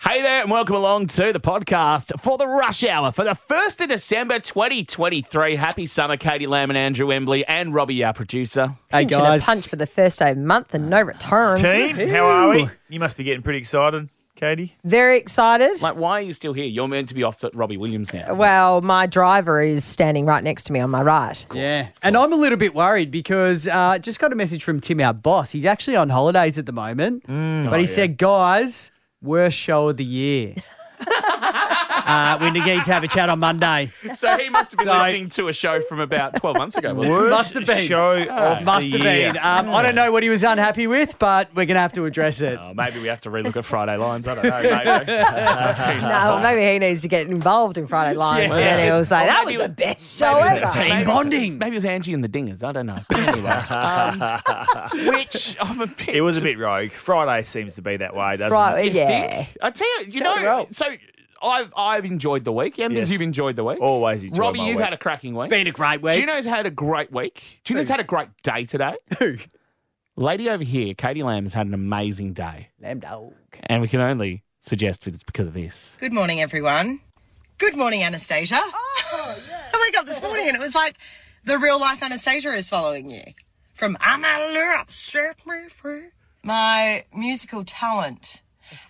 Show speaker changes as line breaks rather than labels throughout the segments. Hey there, and welcome along to the podcast for the rush hour for the 1st of December 2023. Happy summer, Katie Lamb and Andrew Embley, and Robbie, our producer.
Hey
Pinching
guys,
a punch for the first day of month and no returns.
Team, how are we? You must be getting pretty excited, Katie.
Very excited.
Like, why are you still here? You're meant to be off at Robbie Williams now.
well, my driver is standing right next to me on my right.
yeah, and I'm a little bit worried because uh, just got a message from Tim, our boss. He's actually on holidays at the moment,
Mm. Oh,
but he said, "Guys, worst show of the year." uh, we need to have a chat on Monday.
So he must have been
So-
listening to a show from about 12 months ago, wasn't he?
Worst
Must have been.
show
Ah.
of
Must
the
have
year.
been. Um, I don't know what he was unhappy with, but we're gonna have to address it.
Oh, maybe we have to relook at Friday Lines. I don't know.
No, well, maybe he needs to get involved in Friday Lines, and then
Yeah.
he'll say
Oh,
Or
that was
maybe
the
it-
best show
maybe it was a
ever.
Maybe-
Team bonding.
Maybe it was Angie and the Dingers. I don't know. Anyway, um, which I'm a bit.
It was a
just-
bit rogue. Friday seems to be that way, doesn't
Right,
it?
You
yeah.
think? I tell you, you
Sounded
know.
well.
So I've I've enjoyed the week. Emily,
Yes.
you've enjoyed the week.
Always enjoy
Robbie,
my
you've
week.
had a cracking week.
Been a great week.
Gino's had a great week. Gino's had a great day today.
Who?
Lady over here, Katie Lamb, has had an amazing day,
Lamb dog.
and we can only suggest that it's because of this.
Good morning, everyone. Good morning, Anastasia.
Oh,
I woke up this morning and it was like the real life Anastasia is following you. From I'm a little set me free. My musical talent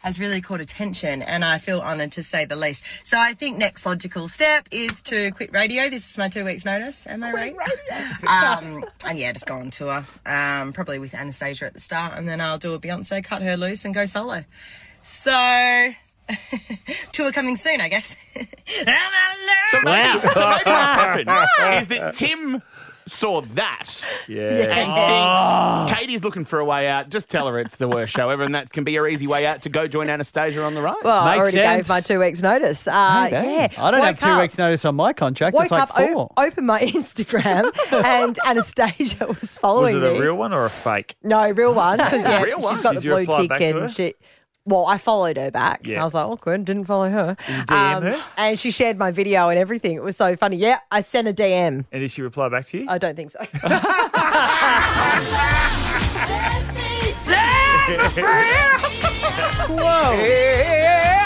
has really caught attention and I feel honoured to say the least. So I think next logical step is to quit radio. This is my two weeks notice. Am I right? um, and yeah, just go on tour. Um, probably with Anastasia at the start and then I'll do a Beyonce, cut her loose and go solo. So tour coming soon, I guess.
So maybe, so maybe what's happened is that Tim saw that
Yeah.
and thinks Katie's looking for a way out. Just tell her it's the worst show ever, and that can be her easy way out to go join Anastasia on the road.
Well, I
Makes
already
sense.
gave my two weeks' notice. Uh,
damn.
yeah,
I don't have
Woke
two
up-
weeks' notice on my contract.
Woke
it's like
up, o-
four.
opened my Instagram, and Anastasia was
Was
following
it a
me.
real one or a fake?
No, real one. Because yeah,
Real one.
she's got
Did
the
you
blue
reply
tick
back to her?
and she. Well, I followed her back.
Yeah.
I was like, awkward, didn't follow her. Um,
DM her?
And she shared my video and everything. It was so funny. Yeah, I sent a DM.
And did she reply back to you?
I don't think so.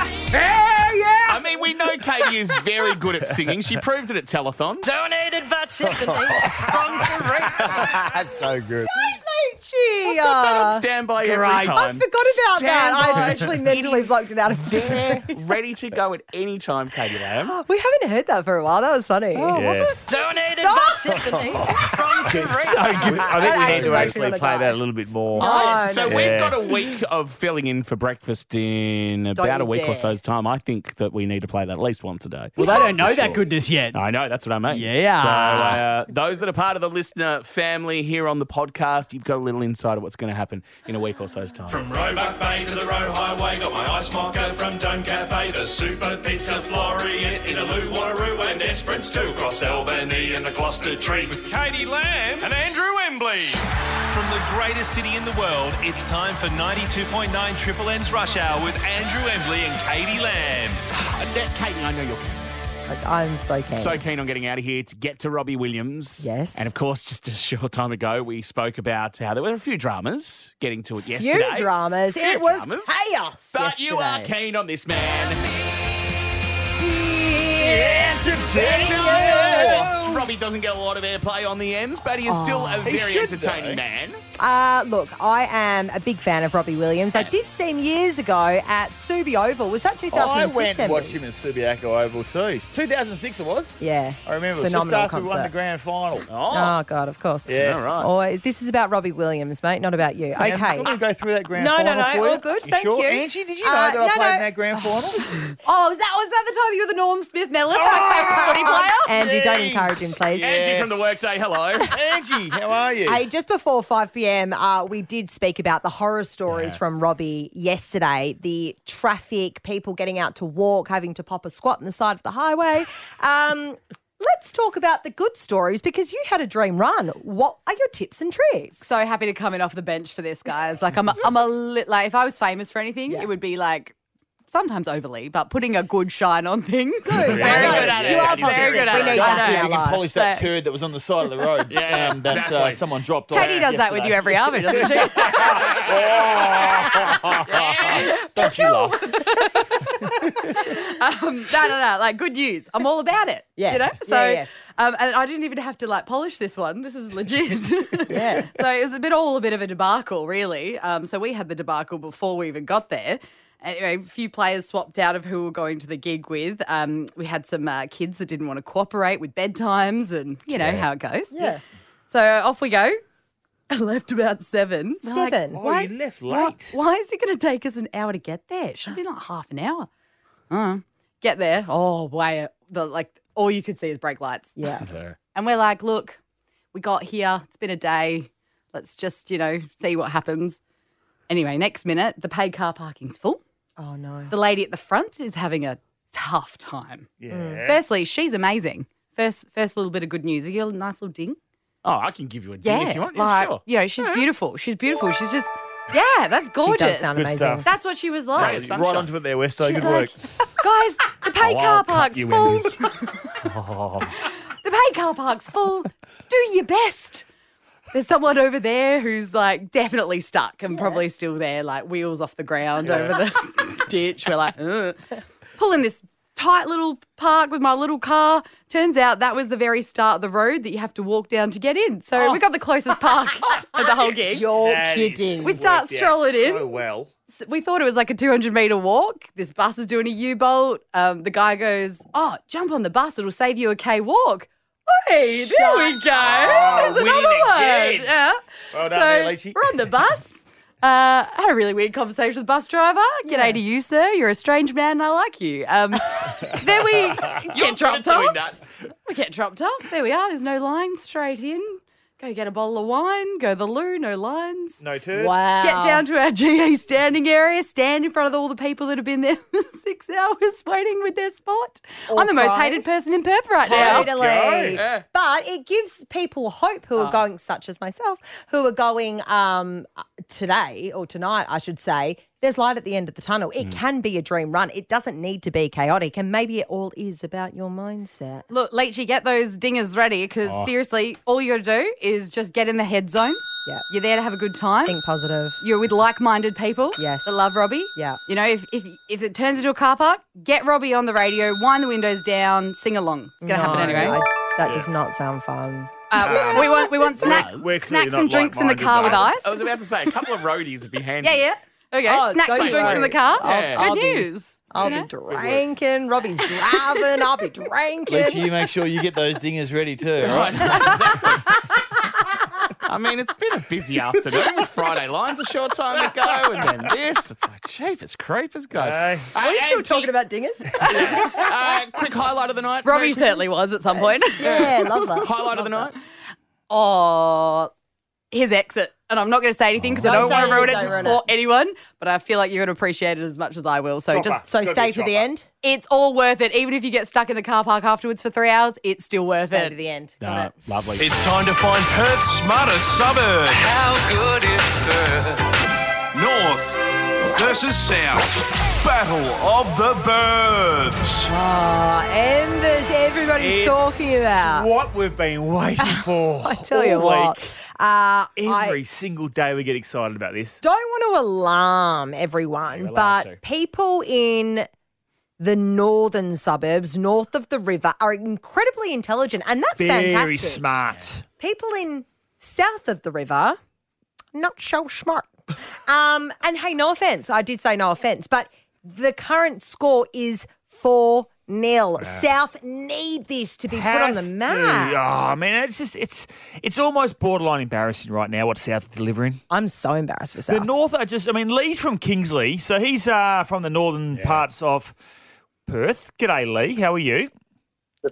I mean, we know Katie is very good at singing. She proved it at telethon.
donated by Tiffany from Korea.
Gee,
That on
uh,
standby
Great.
every
I
time.
forgot about that.
Stand by.
I actually mentally
is-
blocked it out of there.
Ready to go at any time, Katie Lamb.
We haven't heard that for a while. That was funny.
Oh,
yes.
Donated
Stop.
by Tiffany from Korea.
I think we
actually
need to
makes me
actually
wanna
play
die.
that a little bit more.
Oh,
so
no.
we've
Yeah.
got a week of filling in for breakfast in about
you
a week or
dare.
so's time. I think that we need to play that at least once a day.
Well, they don't know
For
that
sure.
goodness yet.
I know, that's what I mean.
Yeah.
So, uh, those that are part of the listener family here on the podcast, you've got a little insight of what's going to happen in a week or so's time.
From Roebuck Bay to the Roe Highway, got my ice mocha from Dome Cafe, the Super Pizza Florian, Inaloo, Wanneroo and Esperance too, across Albany and the Gloucester Tree with Katie Lamb and Andrew Embley.
From the greatest city in the world, it's time for 92.9 Triple M's Rush Hour with Andrew Embley and Katie Lamb.
Uh, that- Katie, I know you're
I'm so keen.
so keen on getting out of here to get to Robbie Williams.
Yes.
And of course, just a short time ago, we spoke about how there were a few dramas getting to it
Few
yesterday.
dramas.
Few
it was
dramas.
chaos.
But you are
yesterday.
keen on this man. Robbie doesn't get a lot of airplay on the ends, but he is still a very entertaining man.
Uh, look, I am a big fan of Robbie Williams. I did see him years ago at Subi Oval. Was that 2006?
I went uh, and watched him
Emmys?
in Subiaco Oval too. 2006 it was.
Yeah.
I remember. it was just
Phenomenal
after we won the
concert.
grand final.
Oh, God, of course.
Yes.
All right.
Oh, this is about Robbie Williams, mate, not about you.
Now, do you
Okay.
want me to go through that grand
No, no,
final
no,
for you?
all good,
You
thank
sure?
you.
Angie, did you know
Uh,
that I
no,
played
no.
in that grand final?
Oh, was that was that the time you were the Norm Smith medalist? Oh, Andy, don't encourage him, please.
Angie from the workday, hello.
Angie, how are you?
Hey, just before 5 p.m., uh, we did speak about the horror stories from Robbie yesterday the traffic, people getting out to walk, having to pop a squat on the side of the highway. Um, let's talk about the good stories because you had a dream run. What are your tips and tricks?
so happy to come in off the bench for this, guys. Like I'm, a, I'm a li- like if I was famous for anything, it would be like sometimes overly, but putting a good shine on things.
Very good at it. You are
very good at it.
Don't
I
think
know.
You can polish that
So-
turd that was on the side of the road. yeah, um, that uh,
exactly.
someone dropped. off
Katie does that with you
yesterday.
every hour, doesn't she?
Don't you laugh?
um, no, no, no. Like good news. I'm all about it.
Yeah.
You know?
Yeah,
So
yeah.
Um, and I didn't even have to like polish this one. This is legit. yeah. So it was a bit all a bit of a debacle, really. Um, so we had the debacle before we even got there. Anyway, a few players swapped out of who we were going to the gig with. Um, we had some uh, kids that didn't want to cooperate with bedtimes, and you know
Yeah.
how it goes.
Yeah.
So off we go. I left about seven. We're like,
Seven? Oh,
why-
you left
why-
late.
Why, is it going to take us an hour to get there? It should be like half an hour. Uh, get there. Oh, way the like all you could see is brake lights.
Yeah.
And we're like, look, we got here. It's been a day. Let's just you know see what happens. Anyway, next minute the paid car parking's full.
Oh no.
The lady at the front is having a tough time.
Yeah.
Firstly, she's amazing. First, first little bit of good news. You get a nice little ding.
Oh, I can give you a ding if you want. Yeah,
Like,
sure.
You know, she's beautiful. She's beautiful. She's just, yeah, that's gorgeous.
sound Good amazing. stuff.
That's what she was like.
Right, right onto it there, Westo.
She's
Good
like-
work.
Guys, the paid
Oh, I'll
car
cut
park's
you
full.
winners.
The paid car park's full. Do your best. There's someone over there who's like definitely stuck and probably still there, like wheels off the ground
Yeah.
over the ditch. We're like, Ugh. pulling this tight little park with my little car. Turns out that was the very start of the road that you have to walk down to get in. So we got the closest park of the whole gig.
You're
That is
We start
worked out
strolling in.
So well.
So we thought it was like a 200 meter walk. This bus is doing a U bolt. Um, the guy goes, Oh, jump on the bus. It'll save you a K walk. Hey, there we go. There's
Oh, winning
another one.
again.
Yeah.
Well
so
done there, Leachy.
we're on the bus. Uh, I had a really weird conversation with the bus driver. G'day to you, sir. You're a strange man. and I like you. Um, then we get dropped off. We get dropped off. There we are. There's no line. Straight in. Go get a bottle of wine. Go to the loo. No lines.
No turd.
Get down to our GE standing area, stand in front of all the people that have been there for six hours waiting with their spot.
Or
I'm the most
cry.
hated person in Perth right now.
Totally. But it gives people hope
Ah.
who are going, such as myself, who are going um, today or tonight, I should say. There's light at the end of the tunnel. It
Mm.
can be a dream run. It doesn't need to be chaotic. And maybe it all is about your mindset.
Look, Leachy, get those dingers ready because
Oh.
seriously, all you gotta do is just get in the head zone.
Yeah.
You're there to have a good time.
Think positive.
You're with like minded people.
Yes.
That love Robbie.
Yeah.
You know, if, if if it turns into a car park, get Robbie on the radio, wind the windows down, sing along. It's gonna happen
No,
anyway.
I- that does not sound fun.
Uh, we want we want snacks,
We're clearly
snacks
not
and drinks in the
like-minded,
car with
though. I
ice.
was- I was about to say a couple of roadies would be handy.
Yeah, yeah. Okay,
Oh,
snacks
don't
and drinks in the
worry.
car.
I'll-
Yeah.
Good
I'll be-
news.
I'll
you know?
be drinking. Robbie's driving. I'll be drinking.
Let you make sure you get those dingers ready too. All right.
I mean, it's been a busy afternoon. with Friday lines a short time ago, and then this. It's like cheapest creepers, guys.
Are we still talking about dingers?
Uh, quick highlight of the night.
Robbie
very quickly.
certainly was at some point.
Yeah,
love that.
Highlight of the night.
Oh, his exit. And I'm not going to say anything because I
Don't say
don't want to ruin
it,
it
don't ruin
for anyone, but I feel like you're going to appreciate it as much as I will. So
Chopper.
just
So It's gotta stay be a to the chopper. end?
It's all worth it. Even if you get stuck in the car park afterwards for three hours, it's still worth
Stay
it.
to the end.
Uh,
lovely.
It's time to find Perth's smartest suburb.
How good is Perth?
North versus South. Battle of the Burbs.
Ah, embers. Everybody's talking about.
what we've been waiting for. I
tell you what, Uh,
oh, Every single day we get excited about this.
don't want to alarm everyone, but people in the northern suburbs, north of the river, are incredibly intelligent, and that's
Very
fantastic.
smart.
People in south of the river, not so smart. Um, and hey, no offense, I did say no offense, but the current score is four nil. South need this to be put on the
Has to.
map.
Oh man, it's just it's it's almost borderline embarrassing right now what South are delivering.
I'm so embarrassed for
South. The North are just I mean, Lee's from Kingsley, so he's uh, from the northern parts of Perth. G'day Lee, how are you?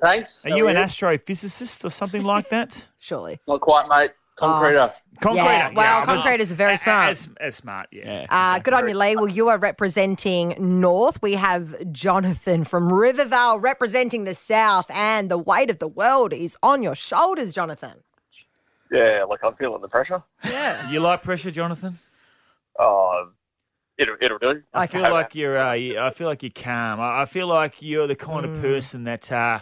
Thanks.
Are
How
you
are
an
you?
astrophysicist or something like that?
Surely.
Not quite, mate. Concreter.
Concrete.
Yeah, well, concrete is very smart.
As, as smart, yeah.
Uh, good on you, Lee. Well, you are representing North. We have Jonathan from Rivervale representing the South, and the weight of the world is on your shoulders, Jonathan.
Yeah, like I'm feeling the pressure.
You like pressure, Jonathan?
Oh, It'll, it'll do.
I feel like you're. Uh, you- I feel like you're calm. I, I feel like you're the kind
Mm.
of person that uh,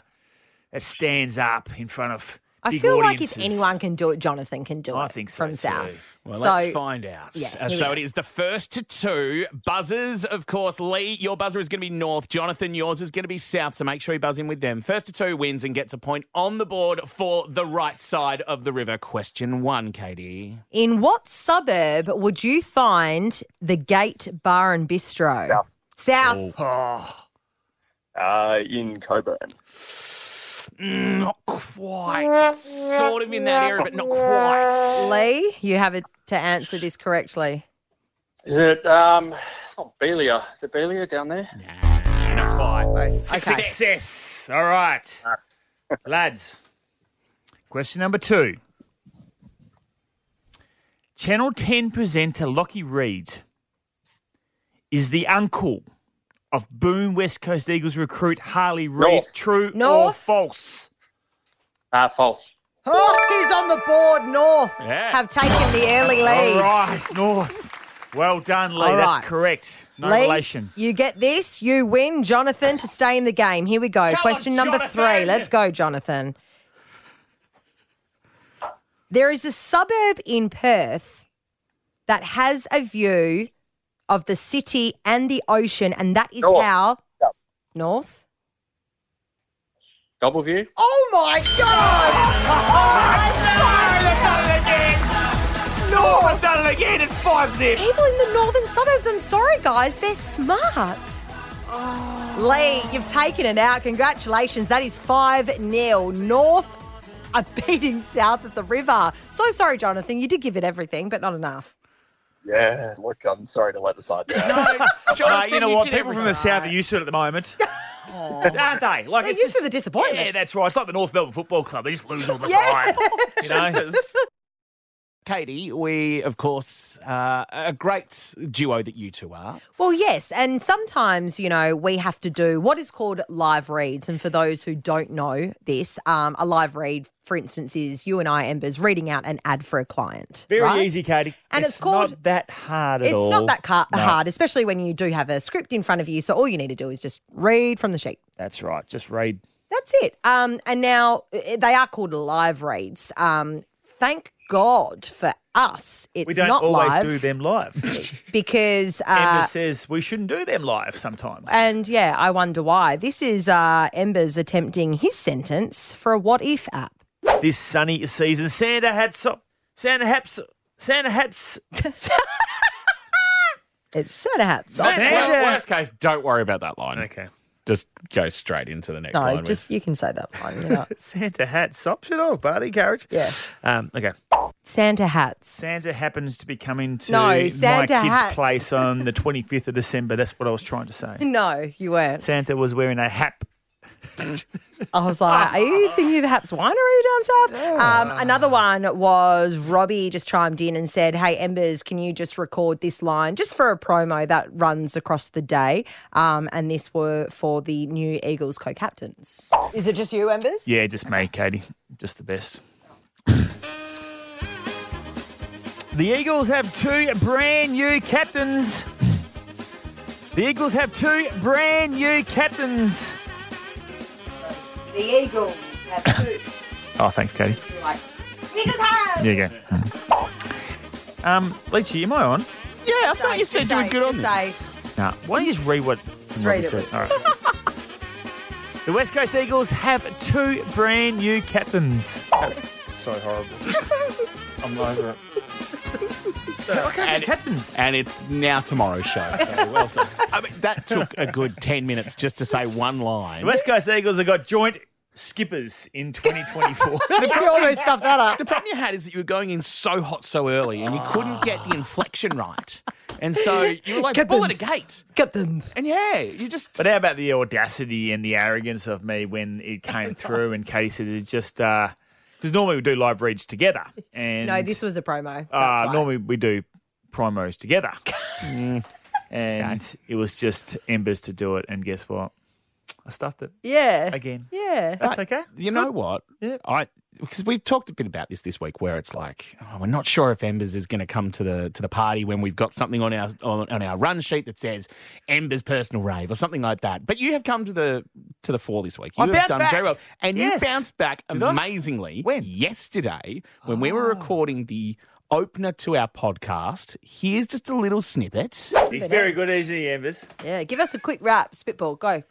that stands up in front of.
I
big
feel like
audiences.
if anyone can do it, Jonathan can do it. I think so from South.
Well,
So-
let's find out.
Yeah,
Uh,
here we
so
go.
it is the first to two buzzers. Of course, Lee, your buzzer is going to be north. Jonathan, yours is going to be south. So make sure you buzz in with them. First to two wins and gets a point on the board for the right side of the river. Question one, Katie.
In what suburb would you find the Gate Bar and Bistro? South.
Uh, in Coburn.
Not quite. Sort of in that area, but not quite.
Lee, you have it to answer this correctly.
Is it, um, it's not Belia. Is it Belia down there?
Not quite.
Success. Success. All right, lads. Question number two. Channel 10 presenter Lockie Reed is the uncle of Boom West Coast Eagles recruit Harley Reid.
North.
True or
North.
false?
Ah, false.
Oh, he's on the board. North
Yeah.
have taken the early lead.
All right, North. Well done, Lee.
All right.
That's correct. No
Lee,
relation.
you get this, you win, Jonathan, to stay in the game. Here we go.
Come
Question
on,
number three.
Jonathan.
Let's go, Jonathan. There is a suburb in Perth that has a view of the city and the ocean, and that is how North.
Doubleview?
Oh my God!
No, I've done it again. It's five zip.
People in the northern suburbs, I'm sorry, guys, they're smart. Lee, you've taken it out. Congratulations. That is 5 0. North are beating south at the river. So sorry, Jonathan. You did give it everything, but not enough.
Yeah, look, I'm sorry to let the side down.
Uh, you know what? People from the south are used to it at the moment. Aren't they? Like
They're
it's
used
just,
to the disappointment.
Yeah, that's right. It's like the North Melbourne Football Club. They just lose all the
Yeah.
time. You know?
Jesus. Katie, we, of course, uh, a great duo that you two are.
Well, yes. And sometimes, you know, we have to do what is called live reads. And for those who don't know this, um, a live read, for instance, is you and I, Embers, reading out an ad for a client.
Very
right?
easy, Katie.
And it's
not
called-
that hard at
it's
all.
not that car-
No.
hard, especially when you do have a script in front of you. So all you need to do is just read from the sheet.
That's right. Just read.
That's it. Um, and now eh, they are called live reads. Um, thank God for us, it's
we don't
not
always
live
do them live.
because uh,
Emma says we shouldn't do them live sometimes.
and yeah, I wonder why. This is uh, Embers attempting his sentence for a what if app.
This sunny season, Santa hats up. Santa haps. Santa haps.
It's Santa hats.
Well, worst case, don't worry about that line.
Okay.
Just go straight into the next
No,
line.
just you can say that line. you're not-
Santa hat sops it all, buddy. Courage.
Yeah.
Um, okay.
Santa hats.
Santa happens to be coming to
No,
my
Santa
kid's
hats.
place on the 25th of December. That's what I was trying to say.
No, you weren't.
Santa was wearing a hat.
I was like, are you thinking of perhaps winery down south? Um, another one was Robbie just chimed in and said, hey, Embers, can you just record this line just for a promo that runs across the day? Um, and this were for the new Eagles co-captains. Is it just you, Embers?
Yeah, just me, Katie. Just the best. the Eagles have two brand new captains. The Eagles have two brand new captains.
The Eagles have two.
Oh, thanks, Katie.
Eagles have!
There you go. Um, Leachy, am I on?
Yeah, I thought you said you were good on this.
Nah, why don't you just read what Robbie
read it.
said? All right. the West Coast Eagles have two brand new captains.
So horrible. I'm over it.
and, and it's now tomorrow's show. So well done. I mean, that took a good 10 minutes just to say one line.
The West Coast Eagles have got joint skippers in 2024.
that up.
The problem you had is that you were going in so hot so early and you couldn't get the inflection right. And so you were like,
Get
bull
them.
at a gate.
Get them.
And yeah, you just.
But how about the audacity and the arrogance of me when it came through and Katie said it's just because normally we do live reads together. And
No, this was a promo. That's
Uh,
why.
normally we do primos Mm. together. and it was just Embers to do it. And guess what? I stuffed it.
Yeah.
Again.
Yeah.
That's okay.
You know what? I because we've talked a bit about this this week, where it's like oh, we're not sure if Embers is going to come to the to the party when we've got something on our on, on our run sheet that says Embers personal rave or something like that. But you have come to the to the fore this week. You
I
have
bounced
done
back.
very well, and
Yes.
you bounced back
Did I? Ah.
amazingly. When yesterday, when we were recording the opener to our podcast, here's just a little snippet.
He's very good, isn't he, Embers?
Yeah, give us a quick rap, spitball, go.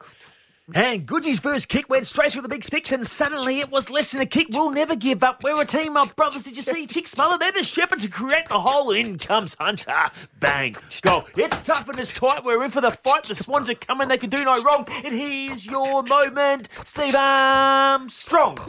And Goodsey's first kick went straight for the big sticks, and suddenly it was less than a kick. We'll never give up. We're a team of brothers. Did you see Chick Smuller? They're the shepherd to create the hole. In comes Hunter. Bang. Goal. It's tough and it's tight. We're in for the fight. The Swans are coming. They can do no wrong. And here's your moment, Steve Armstrong.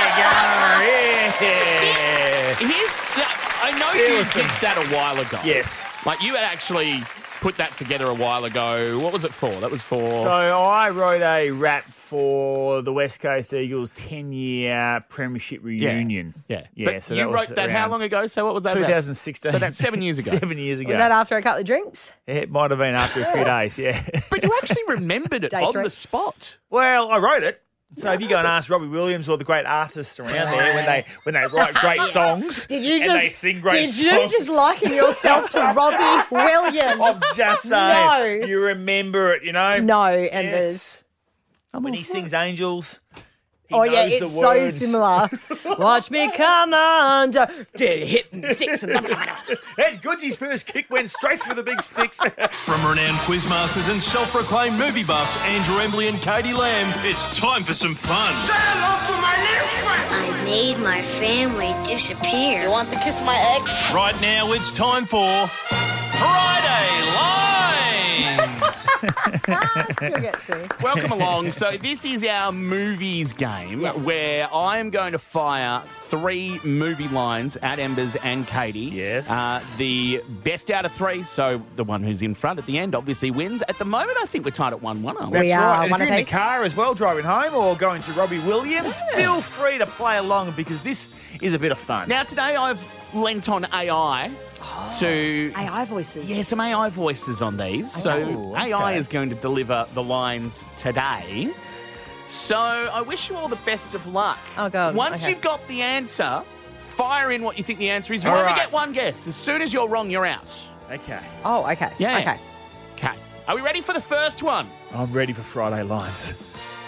there you go.
Here's that, I know you did that a while ago. Yes. Like you had actually put that together a while ago. What was it for? That was for.
So I wrote a rap for the West Coast Eagles 10 year premiership reunion.
Yeah.
Yeah,
But
so
you
that was
wrote that how
around
long ago? So what was that? about?
2016.
So that's seven years ago.
Seven years ago.
Was that after a couple of drinks?
It might have been after a few days, yeah.
But you actually remembered it
Day
on
three.
the spot.
Well, I wrote it. So if you go and ask Robbie Williams or the great artists around there when they when they write great songs,
Did you
and
just
they sing great
Did you
songs-
just liken yourself to Robbie Williams?
I'm just saying, you remember it, you know.
No, and
yes. and when he sings "Angels," he
oh yeah,
knows
it's
the
so
words.
similar. Watch me come under, get hit and sticks.
and Goodsey's first kick went straight for the big sticks.
From renowned quizmasters and self-proclaimed movie buffs Andrew Embley and Katie Lamb, it's time for some fun.
I made my family disappear. You want to kiss my ex?
Right now, it's time for Friday Lines.
Welcome along. So this is our movies game where I am going to fire three movie lines at Embers and Katie. Yes. Uh, the best out of three, so the one who's in front at the end obviously wins. At the moment, I think we're tied at one-one. Aren't we?
That's right. And if you're in the car as well, driving home or going to Robbie Williams, feel free to play along because this is a bit of fun.
Now today I've lent on AI to
AI voices.
Yeah, some AI voices on these. So
Oh, okay.
AI is going to deliver the lines today. So I wish you all the best of luck. Oh god. Once
Okay.
you've got the answer, fire in what you think the answer is. You
All
only
right.
get one guess. As soon as you're wrong, you're out.
Okay.
Oh, okay.
Yeah.
Okay.
Okay. Are we ready for the first one?
I'm ready for Friday lines.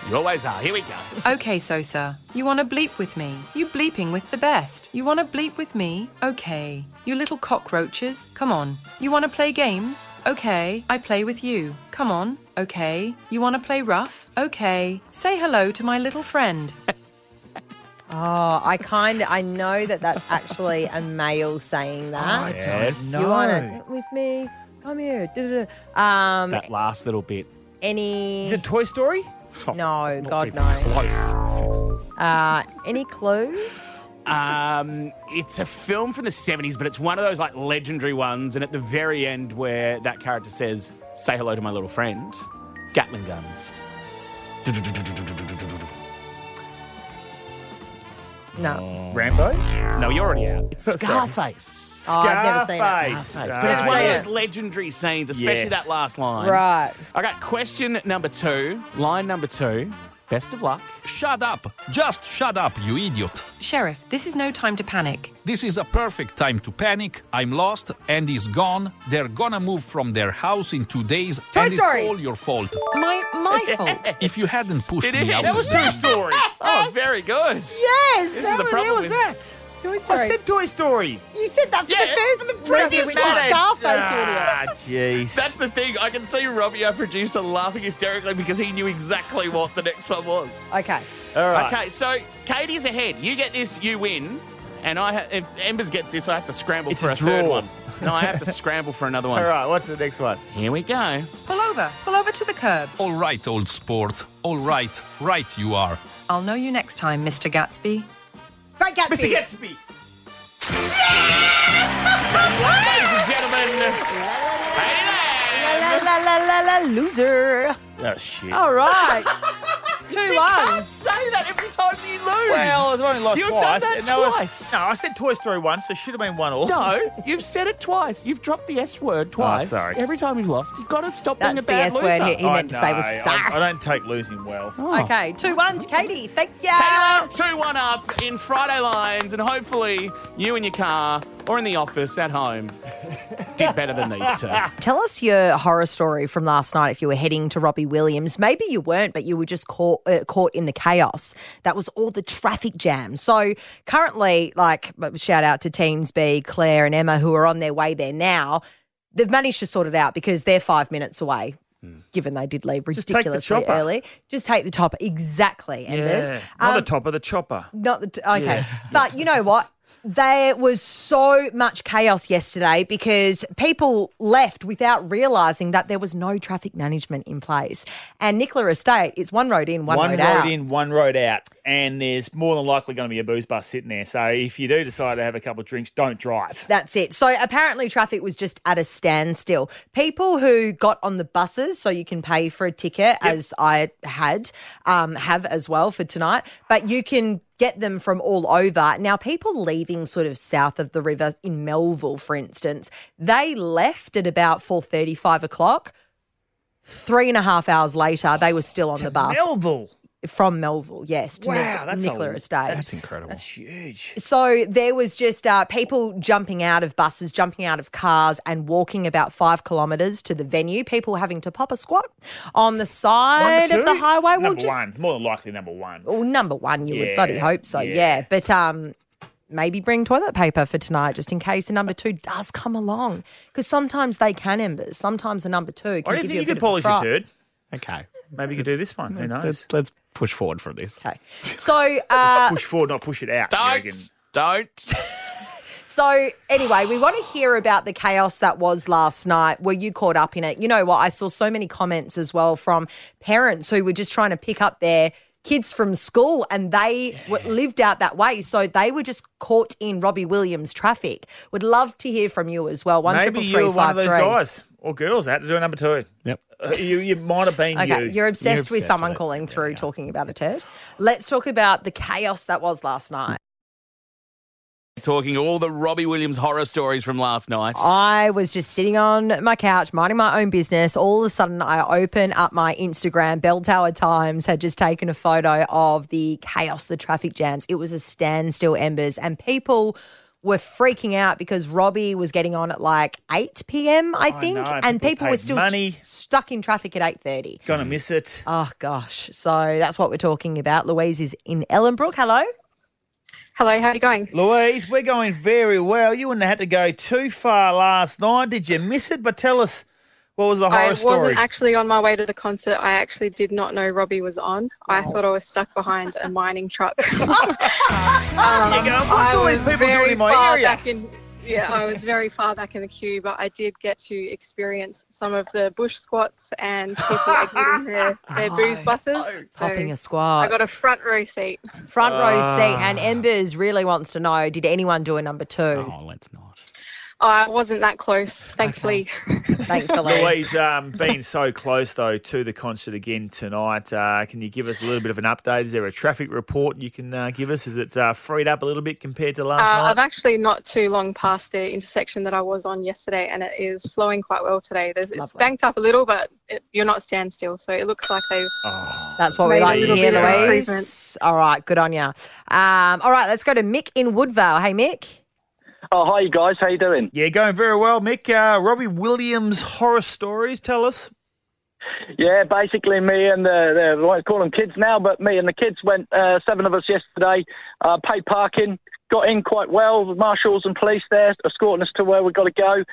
You always are. Here we go.
Okay, Sosa, you wanna bleep with me? You bleeping with the best. You wanna bleep with me? Okay. You little cockroaches, come on. You wanna play games? Okay, I play with you. Come on, okay. You wanna play rough? Okay. Say hello to my little friend.
Oh, I kind of I know that that's actually a male saying that.
I don't Yes.
You want
know.
to with me? Come here. da-da-da. Um,
that last little bit.
any? Is it
Toy Story?
No, God
even
no.
Close.
Uh, any clues?
Um, it's a film from the 70s, but it's one of those like legendary ones. And at the very end, where that character says, Say hello to my little friend, Gatlin guns.
No.
Rambo?
No, you're already out. It's
Sorry.
Scarface.
Oh, I've never seen it.
Scarface.
Scarface.
But it's one of
Ah.
those legendary scenes, especially
Yes.
that last line.
Right.
Okay, question number two, line number two. Best of luck.
Shut up. Just shut up, you idiot.
Sheriff, this is no time to panic.
This is a perfect time to panic. I'm lost. Andy's gone. They're gonna move from their house in two days,
Toy
and
Story.
it's all your fault.
My my fault.
If you hadn't pushed
It
me
is.
out,
That
of
was
the-
Toy Story.
Oh, very good. Yes.
This
is the problem. with-
that?
Toy
I
Story.
said Toy Story.
You said that for
Yeah.
the first the previous
Doesn't
one,
matter.
Scarface audio.
Ah, jeez.
That's the thing. I can see Robbie, our producer, laughing hysterically because he knew exactly what the next one was.
Okay.
All right.
Okay, so Katie's ahead. You get this, you win. And I, ha- if Embers gets this, I have to scramble
It's
for
a
a, third
draw.
one. No, I have to scramble for another one.
All right, what's the next one?
Here we go.
Pull over. Pull over to the curb.
All right, old sport. All right, right you are.
I'll know you next time, Mr. Gatsby.
Great Gatsby.
Mr. Gatsby.
Ladies and gentlemen,
La la la la la la loser.
Oh, shit.
All right.
two
You
one.
can't say that every time you lose.
Well, I've only lost
You've done
twice.
that
and that was-
twice.
no, I said Toy Story once, so it should have been one all.
No, you've said it twice. You've dropped the S word
Oh,
twice.
sorry.
Every time you've lost, you've got to stop being a
That's the
bad
S word
loser.
he- he meant
I
to say was
know, I-
sorry. Oh,
I, don't take losing well.
Okay, two one to Katie. Thank you.
Taylor, 2 1 up in Friday Lines, and hopefully you in your car or in the office at home did better than these two.
Tell us your horror story from last night if you were heading to Robbie Williams. Maybe you weren't, but you were just caught, uh, caught in the chaos. That was all the traffic jam. So, currently, like, uh, shout out to Teens B, Claire, and Emma, who are on their way there now. They've managed to sort it out because they're five minutes away, given they did leave
Hmm. take the
ridiculously
chopper.
early. Just take the top. Exactly, Embers.
Yeah. Not the
Um,
top of the chopper.
Not the t- okay,
Yeah.
but you know what? There was so much chaos yesterday because people left without realizing that there was no traffic management in place. And Nicola Estate, it's one road in, one,
one
road,
road
out.
in, one road out, and there's more than likely going to be a booze bus sitting there. So if you do decide to have a couple of drinks, don't drive.
That's it. So apparently, traffic was just at a standstill. People who got on the buses, so you can pay for a ticket, as I had, um, have as well for tonight, but you can get them from all over. Now, people leaving sort of south of the river in Melville, for instance, they left at about four thirty, five o'clock. Three and a half hours later, they were still on the bus.
Melville.
From Melville, yes. To
Wow, that's a-
Nicola Estate.
that's incredible. That's huge.
So there was just uh, people jumping out of buses, jumping out of cars, and walking about five kilometres to the venue. People having to pop a squat on the
One
side
to
of the
two?
highway.
Number
well, just
one, more than likely number one.
well, number one, you
Yeah,
would bloody hope so.
yeah.
Yeah, but um. Maybe bring toilet paper for tonight, just in case the number two does come along. Because sometimes they can embers. Sometimes the number two can
I don't
give
think
you,
you
a bit
could
of a
polish your
fright.
turd.
Okay.
Maybe you could do this one. Who knows?
Let's, let's push forward from this.
Okay. So uh,
push forward, not push it out.
Don't. Don't.
So, anyway, we want to hear about the chaos that was last night. Were you caught up in it? You know what? I saw so many comments as well from parents who were just trying to pick up their kids from school and they w lived out that way. So they were just caught in Robbie Williams traffic. Would love to hear from you as well. One
Maybe
triple
you
three
were one
five
of those
three.
guys or girls that had to do a number two. Uh,
Yep.
you, you might have been you.
Okay, you. are obsessed with someone calling through talking about a turd. Let's talk about the chaos that was last night.
Talking all the Robbie Williams horror stories from last night.
I was just sitting on my couch, minding my own business. All of a sudden, I open up my Instagram. Bell Tower Times had just taken a photo of the chaos, the traffic jams. It was a standstill, embers, and people were freaking out because Robbie was getting on at like 8 p.m. I
I
think,
know,
and people
people
were
paid
still
money.
s- stuck in traffic at 8:30.
Gonna miss it.
Oh gosh, so that's what we're talking about. Louise is in Ellenbrook. Hello.
Hello, how are you going?
Louise, we're going very well. You wouldn't have had to go too far last night. Did you miss it? But tell us, what was the horror
I wasn't
story?
actually on my way to the concert. I actually did not know Robbie was on. I thought I was stuck behind a mining truck. um, I
all
was
these people doing
very
in my
far
area?
back in. Yeah, I was very far back in the queue, but I did get to experience some of the bush squats and people exiting their, their booze buses.
Popping
so
a squat.
I got a front row seat.
Front row seat,
Ah.
and Embers really wants to know: Did anyone do a number two? Oh,
let's not.
I wasn't that close, thankfully.
Thankfully,
Louise, um, being so close though to the concert again tonight, uh, can you give us a little bit of an update? Is there a traffic report you can uh, give us? Is it uh, freed up a little bit compared to last
Uh,
night?
I've actually not too long past the intersection that I was on yesterday, and it is flowing quite well today. There's, it's
Lovely.
banked up a little, but it, you're not standstill, so it looks like they've.
That's what we
Maybe
like to
it'll
hear,
be an
Louise. All right, good on you. Um, all right, let's go to Mick in Woodvale. Hey, Mick.
Oh, hi, you guys. How you doing?
Yeah, going very well, Mick. Uh, Robbie Williams horror stories. Tell us.
Yeah, basically, me and the, the I call them kids now, but me and the kids went uh, seven of us yesterday. Uh, paid parking, got in quite well. The marshals and police there escorting us to where we got to go.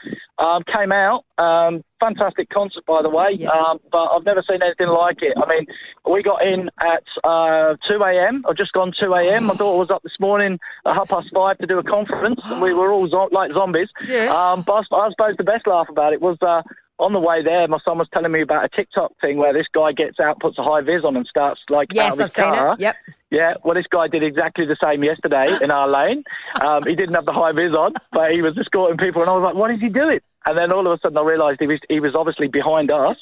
Um, came out, um, fantastic concert by the way, um, but I've never seen anything like it. I mean, we got in at uh, two a.m. I've just gone two a.m. My daughter was up this morning at half past five to do a conference, and we were all zo- like zombies.
Yeah.
Um, but I, sp- I suppose the best laugh about it was. Uh, on the way there, my son was telling me about a TikTok thing where this guy gets out, puts a high vis on, and starts like out of
Yes,
his
I've seen
car.
it. Yep.
Yeah, well, this guy did exactly the same yesterday in our lane. Um, he didn't have the high vis on, but he was escorting people, and I was like, "What is he doing?" And then all of a sudden, I realised he was he was obviously behind us,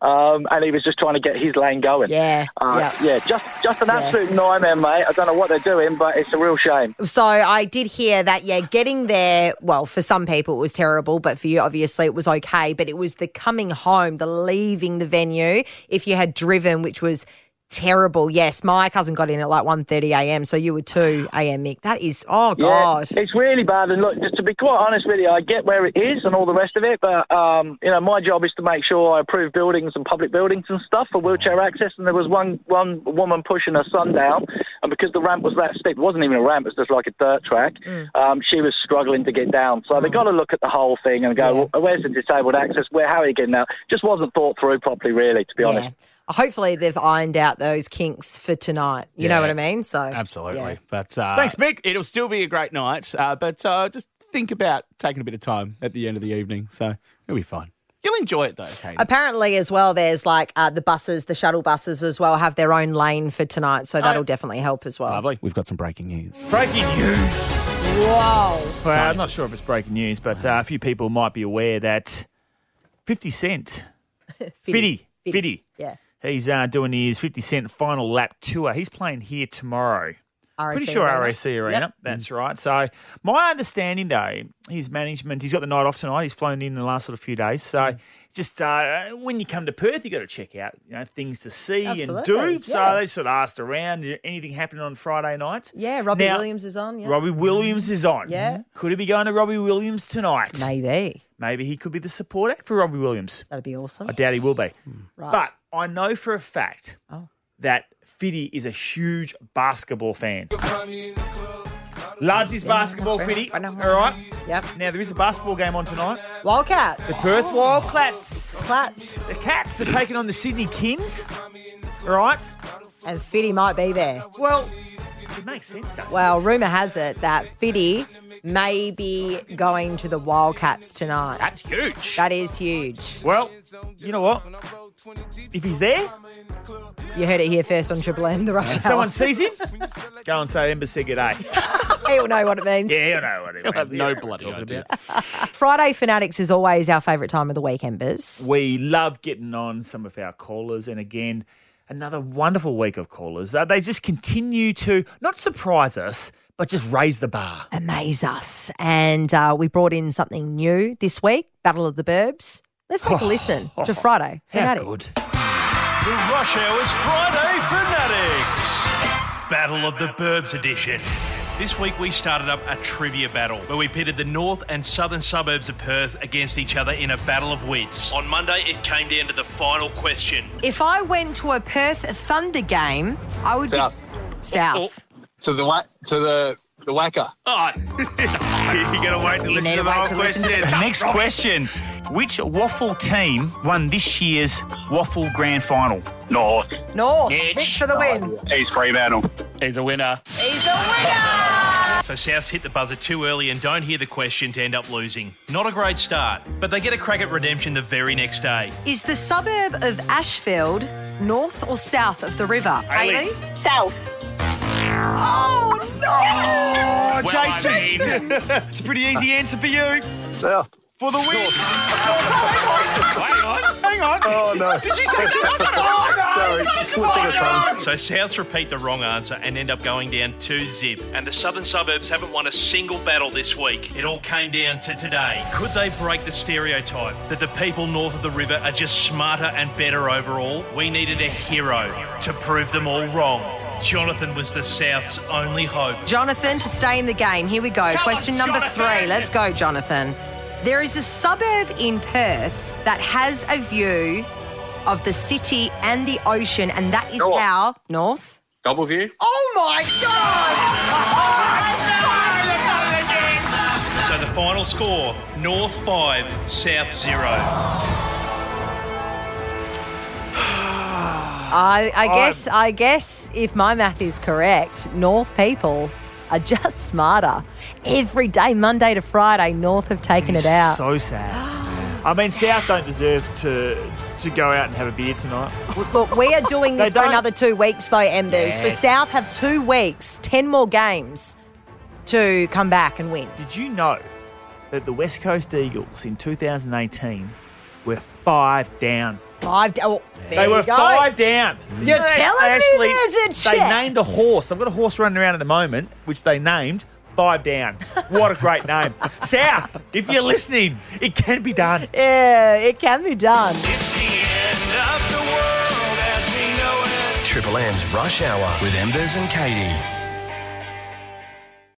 um, and he was just trying to get his lane going.
Yeah,
uh, yeah, just just an absolute nightmare, mate. I don't know what they're doing, but it's a real shame.
So I did hear that, yeah, getting there, well, for some people it was terrible, but for you, obviously, it was okay. But it was the coming home, the leaving the venue, if you had driven, which was terrible. Yes, my cousin got in at like 1.30am, so you were 2am, Mick. That is, oh,
Yeah,
gosh.
it's really bad. And look, just to be quite honest with you, I get where it is and all the rest of it, but um, you know, my job is to make sure I approve buildings and public buildings and stuff for wheelchair access. And there was one one woman pushing her son down, and because the ramp was that steep, it wasn't even a ramp; it was just like a dirt track. Um, she was struggling to get down, so they got to look at the whole thing and go, well, "Where's the disabled access? Where? How are you getting out?" Just wasn't thought through properly, really, to be honest.
Hopefully they've ironed out those kinks for tonight. You know
Yeah.
what I mean? So
Absolutely.
yeah.
But uh,
Thanks,
Mick. It'll still be a great night. Uh, but uh, just think about taking a bit of time at the end of the evening. So it'll be fine. You'll enjoy it though, Katie.
Apparently, as well, there's like uh, the buses, the shuttle buses as well, have their own lane for tonight.
Oh.
So that'll definitely help as well.
Lovely. We've got some breaking news.
Breaking news.
Whoa.
Well, I'm not sure if it's breaking news, but uh, a few people might be aware that 50 Cent, Fitty, Fitty,
Yeah.
he's uh, doing his 50 Cent final lap tour. He's playing here tomorrow.
RAC
Pretty sure
Arena.
RAC Arena.
Yep. Mm.
That's right. So, my understanding though, his management, he's got the night off tonight. He's flown in the last sort of few days. So,
Mm.
just uh, when you come to Perth, you got to check out you know things to see and do.
Absolutely, yeah.
So they sort of asked around. Anything happening on Friday night?
Yeah, Robbie
Now-
Williams is on. Yeah. Mm.
Robbie Williams is on.
Yeah.
Could he be going to Robbie Williams tonight?
Maybe.
Maybe he could be the support act for Robbie Williams.
That'd be awesome.
I doubt he will be.
Right. Oh.
But I know for a fact that Fiddy is a huge basketball fan. Loves his basketball, Fiddy. All right?
Yep.
Now, there is a basketball game on tonight.
Wildcats.
The Perth Wildcats.
Clats.
The Cats are taking on the Sydney Kings. All right?
And Fiddy might be there.
Well, it makes sense, doesn't it?
Well, rumour has it that Fiddy may be going to the Wildcats tonight. That's
huge.
That is huge.
Well, you know what? If he's there,
You heard it here first on Triple M, the rush.
If someone
Hour.
sees him, go and say eh? embassy g'day.
He'll know what it means.
Yeah, I know what it means.
no bloody idea.
Friday Fanatics is always our favourite time of the week, Embers.
We love getting on some of our callers, and again, another wonderful week of callers. Uh, they just continue to not surprise us, but just raise the bar.
Amaze us. And uh, we brought in something new this week Battle of the Burbs. Let's take a listen to Friday Fanatics.
The Rush Hour's Friday Fanatics. Battle of the Burbs edition.
This week we started up a trivia battle where we pitted the north and southern suburbs of Perth against each other in a battle of wits. On Monday it came down to the final question.
If I went to a Perth Thunder game, I would
South.
be South.
Oh,
To the wa- to the the whacker.
Oh, you're going to wait to
You
listen
need
to
to
the
wait
whole
to listen
question.
to the- Next question. Which waffle team won this year's waffle grand final?
North.
oh.
North. Mick for the win.
East Fremantle.
He's a winner.
So Souths hit the buzzer too early and don't hear the question to end up losing. Not a great start, but they get a crack at redemption the very next day.
Is the suburb of Ashfield north or south of the river?
Hayley.
South. Oh, no!
Well, Jason. I mean-
it's
a pretty easy answer for you.
South.
For the win.
Hang
on. Hang on.
Oh, no.
Did you say something? Oh, no.
So Souths repeat the wrong answer and end up going down two zip. And the southern suburbs haven't won a single battle this week. It all came down to today. Could they break the stereotype that the people north of the river are just smarter and better overall? We needed a hero to prove them all wrong. Jonathan was the South's only hope.
Jonathan, to stay in the game, here we go.
Come
Question
on,
number
Jonathan.
three. Let's go, Jonathan. There is a suburb in Perth that has a view of the city and the ocean, and that is
North.
how North.
Gobbleview.
Oh my
So the final score North 5, South 0.
I, I guess I guess if my math is correct, North people are just smarter. Every day, Monday to Friday, North have taken it out.
So sad. I mean, South don't deserve to to go out and have a beer tonight.
Look, we are doing
They
this for
don't-
another two weeks, though, Embers. So
Yes.
South have two weeks, ten more games to come back and win.
Did you know that the West Coast Eagles in 2018 were five down.
Five. da- Oh, there
they were
you go.
five down.
You're
They-
telling
they
me
actually-
there's a
They
chance.
named a horse. I've got a horse running around at the moment, which they named Five Down. What a great name. South, if you're listening, it can be done.
Yeah, it can be done.
Triple M's Rush Hour with Embers and Katie.